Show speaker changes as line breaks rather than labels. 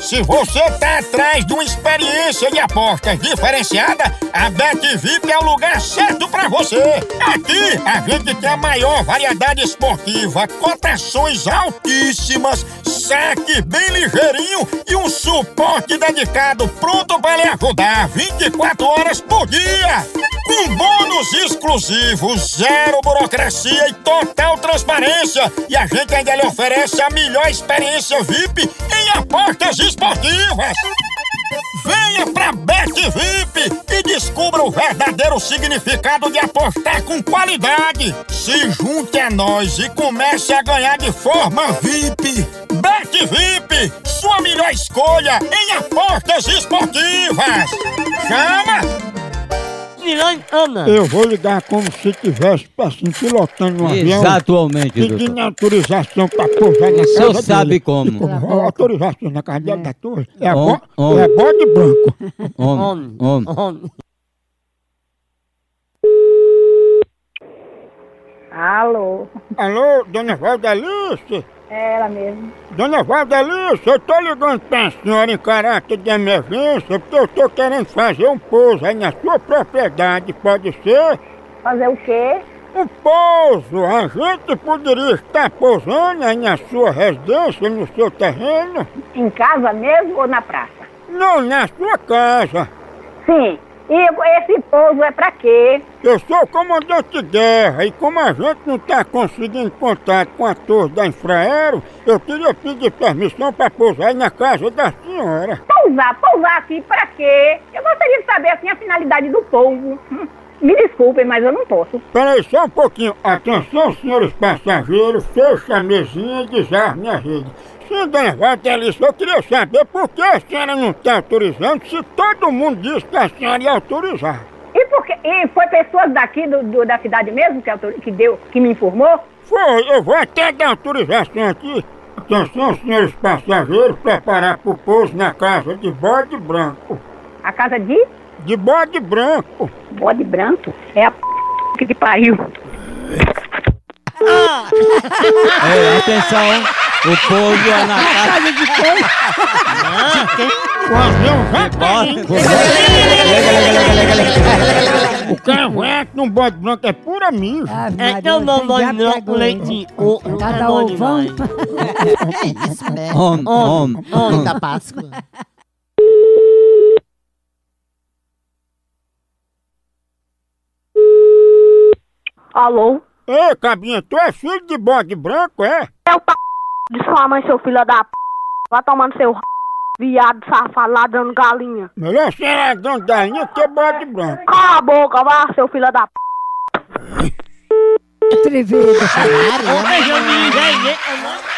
Se você tá atrás de uma experiência de apostas diferenciada, a BetVip é o lugar certo pra você. Aqui a gente tem a maior variedade esportiva, cotações altíssimas, saque bem ligeirinho e um suporte dedicado pronto pra lhe ajudar 24 horas por dia. Com bônus exclusivos, zero burocracia e total transparência. E a gente ainda lhe oferece a melhor experiência VIP em apostas esportivas. Venha pra Bet VIP e descubra o verdadeiro significado de apostar com qualidade. Se junte a nós e comece a ganhar de forma VIP. Bet VIP, sua melhor escolha em apostas esportivas. Chama!
Milhões, Ana.
Eu vou ligar como se estivesse assim, pilotando um avião.
Exatamente, doutor.
Pedindo autorização pra pousar na
O
casa
senhor
dele.
sabe como.
E a Autorização na casa dele da torre. É,
Hom-
bo-
hom-
é bode branco.
Homem, homem.
Homem.
Alô,
Alô, dona Valdelice?
é ela mesmo.
Dona Valdelice, eu tô ligando pra senhora em caráter de emergência porque eu tô querendo fazer um pouso aí na sua propriedade, pode ser?
Fazer o quê?
Um pouso! A gente poderia estar pousando aí na sua residência, no seu terreno?
Em casa mesmo ou na praça?
Não, na sua casa.
Sim. E esse pouso é pra quê?
Eu sou o comandante de guerra e como a gente não está conseguindo contato com a torre da Infraero, eu queria pedir permissão para pousar aí na casa da senhora.
Pousar, pousar aqui pra quê? Eu gostaria de saber assim a finalidade do pouso. Hum, Me desculpem, mas eu não posso.
Peraí só um pouquinho. Atenção, senhores passageiros, fecha a mesinha e desarme a rede. Senhora Vatalista, eu queria saber por que a senhora não está autorizando se todo mundo diz que a senhora ia autorizar.
E porque e foi pessoas daqui do, do- da cidade mesmo que, autor- que deu, que me informou?
Foi, eu vou até dar autorização aqui. Atenção, senhores passageiros, preparar para o pouso na casa de bode branco.
A casa de
De bode branco.
bode branco é a p... que te pariu.
Ei, É, atenção, hein? O povo é na casa.
O avião já caiu. O carroete num bode branco é pura mijo.
É que eu não vou não com leite de coco.
Cada
é bom
ovão.
demais.
É isso mesmo.
Homem, homem, homem.
Da Páscoa.
Alô?
Ei, cabinha, tu é filho de bode branco, é?
É o p... de sua mãe, seu filho da p... Vai tomando seu r... viado safado ladrando galinha.
Melhor ser ladrão da linha que bode branco.
Cala a boca, vá, seu filho da p...
Atrevido.
Ô, Benjamin, vem, vem, vem.